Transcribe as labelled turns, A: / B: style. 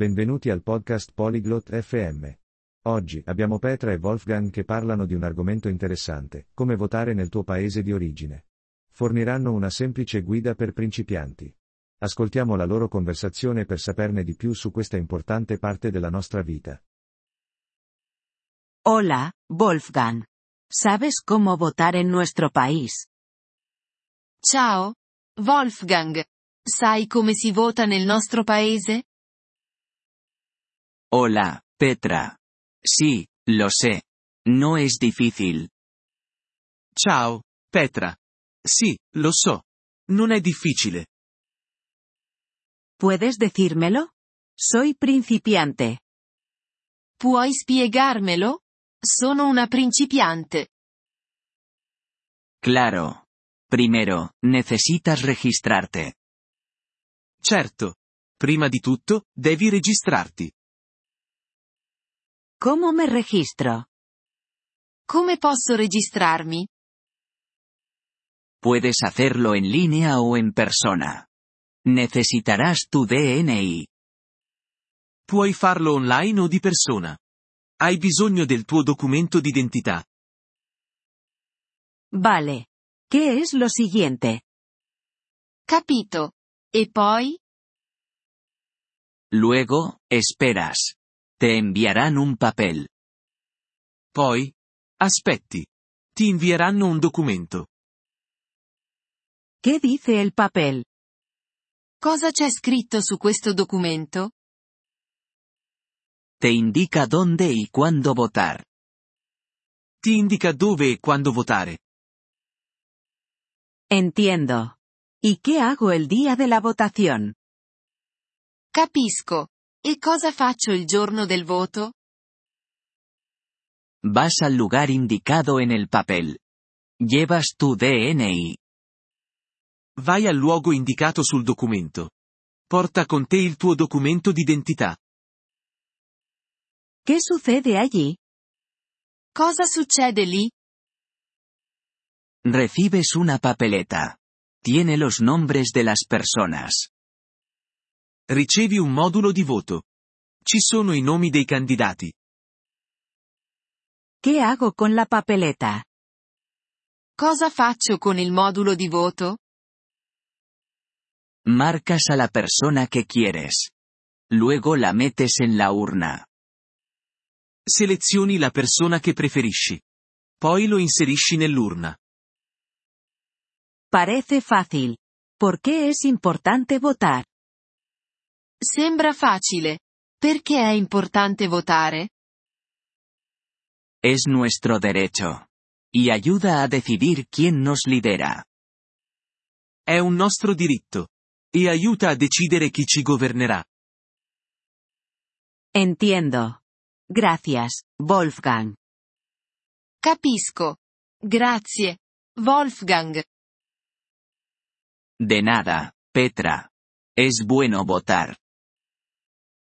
A: Benvenuti al podcast Polyglot FM. Oggi abbiamo Petra e Wolfgang che parlano di un argomento interessante, come votare nel tuo paese di origine. Forniranno una semplice guida per principianti. Ascoltiamo la loro conversazione per saperne di più su questa importante parte della nostra vita.
B: Hola, Wolfgang. ¿Sabes cómo votar en nuestro país?
C: Ciao, Wolfgang. Sai come si vota nel nostro paese?
D: Hola, Petra. Sí, lo sé. No es difícil.
E: Ciao, Petra. Sì, lo so. Non è difficile.
B: ¿Puedes decírmelo? Soy principiante.
C: Puoi spiegarmelo? Sono una principiante.
D: Claro. Primero, necesitas registrarte.
E: Certo. Prima di tutto, devi registrarti.
B: ¿Cómo me registro?
C: Come posso registrarmi?
D: Puedes hacerlo en línea o en persona. Necesitarás tu DNI.
E: Puoi farlo online o di persona. Hai bisogno del tuo documento d'identità.
B: Vale. ¿Qué es lo siguiente?
C: Capito. E poi?
D: Luego, esperas. Te enviarán un papel.
E: Poi? Aspetti. Ti invieranno un documento.
B: ¿Qué dice el papel?
C: Cosa c'è scritto su questo documento?
D: Te indica dónde y cuándo votar.
E: Ti indica dove e quando votare.
B: Entiendo. ¿Y qué hago el día de la votación?
C: Capisco. E cosa faccio il giorno del voto?
D: Vas al lugar indicado en el papel. Llevas tu DNI.
E: Vai al luogo indicato sul documento. Porta con te il tuo documento d'identità.
B: ¿Qué sucede allí?
C: Cosa succede lì?
D: Recibes una papeleta. Tiene los nombres de las personas.
E: Ricevi un modulo di voto. Ci sono i nomi dei candidati.
B: ¿Qué hago con la papeleta?
C: Cosa faccio con il modulo di voto?
D: Marcas a la persona que quieres. Luego la metes en la urna.
E: Selezioni la persona che preferisci. Poi lo inserisci nell'urna.
B: Parece fácil. ¿Por qué es importante votar?
C: Sembra facile. Perché è importante votare?
D: Es nuestro derecho. Y ayuda a decidir quién nos lidera.
E: È un nostro diritto. E aiuta a decidere chi ci governerà.
B: Entiendo. Gracias, Wolfgang.
C: Capisco. Grazie. Wolfgang.
D: De nada, Petra. Es bueno votar.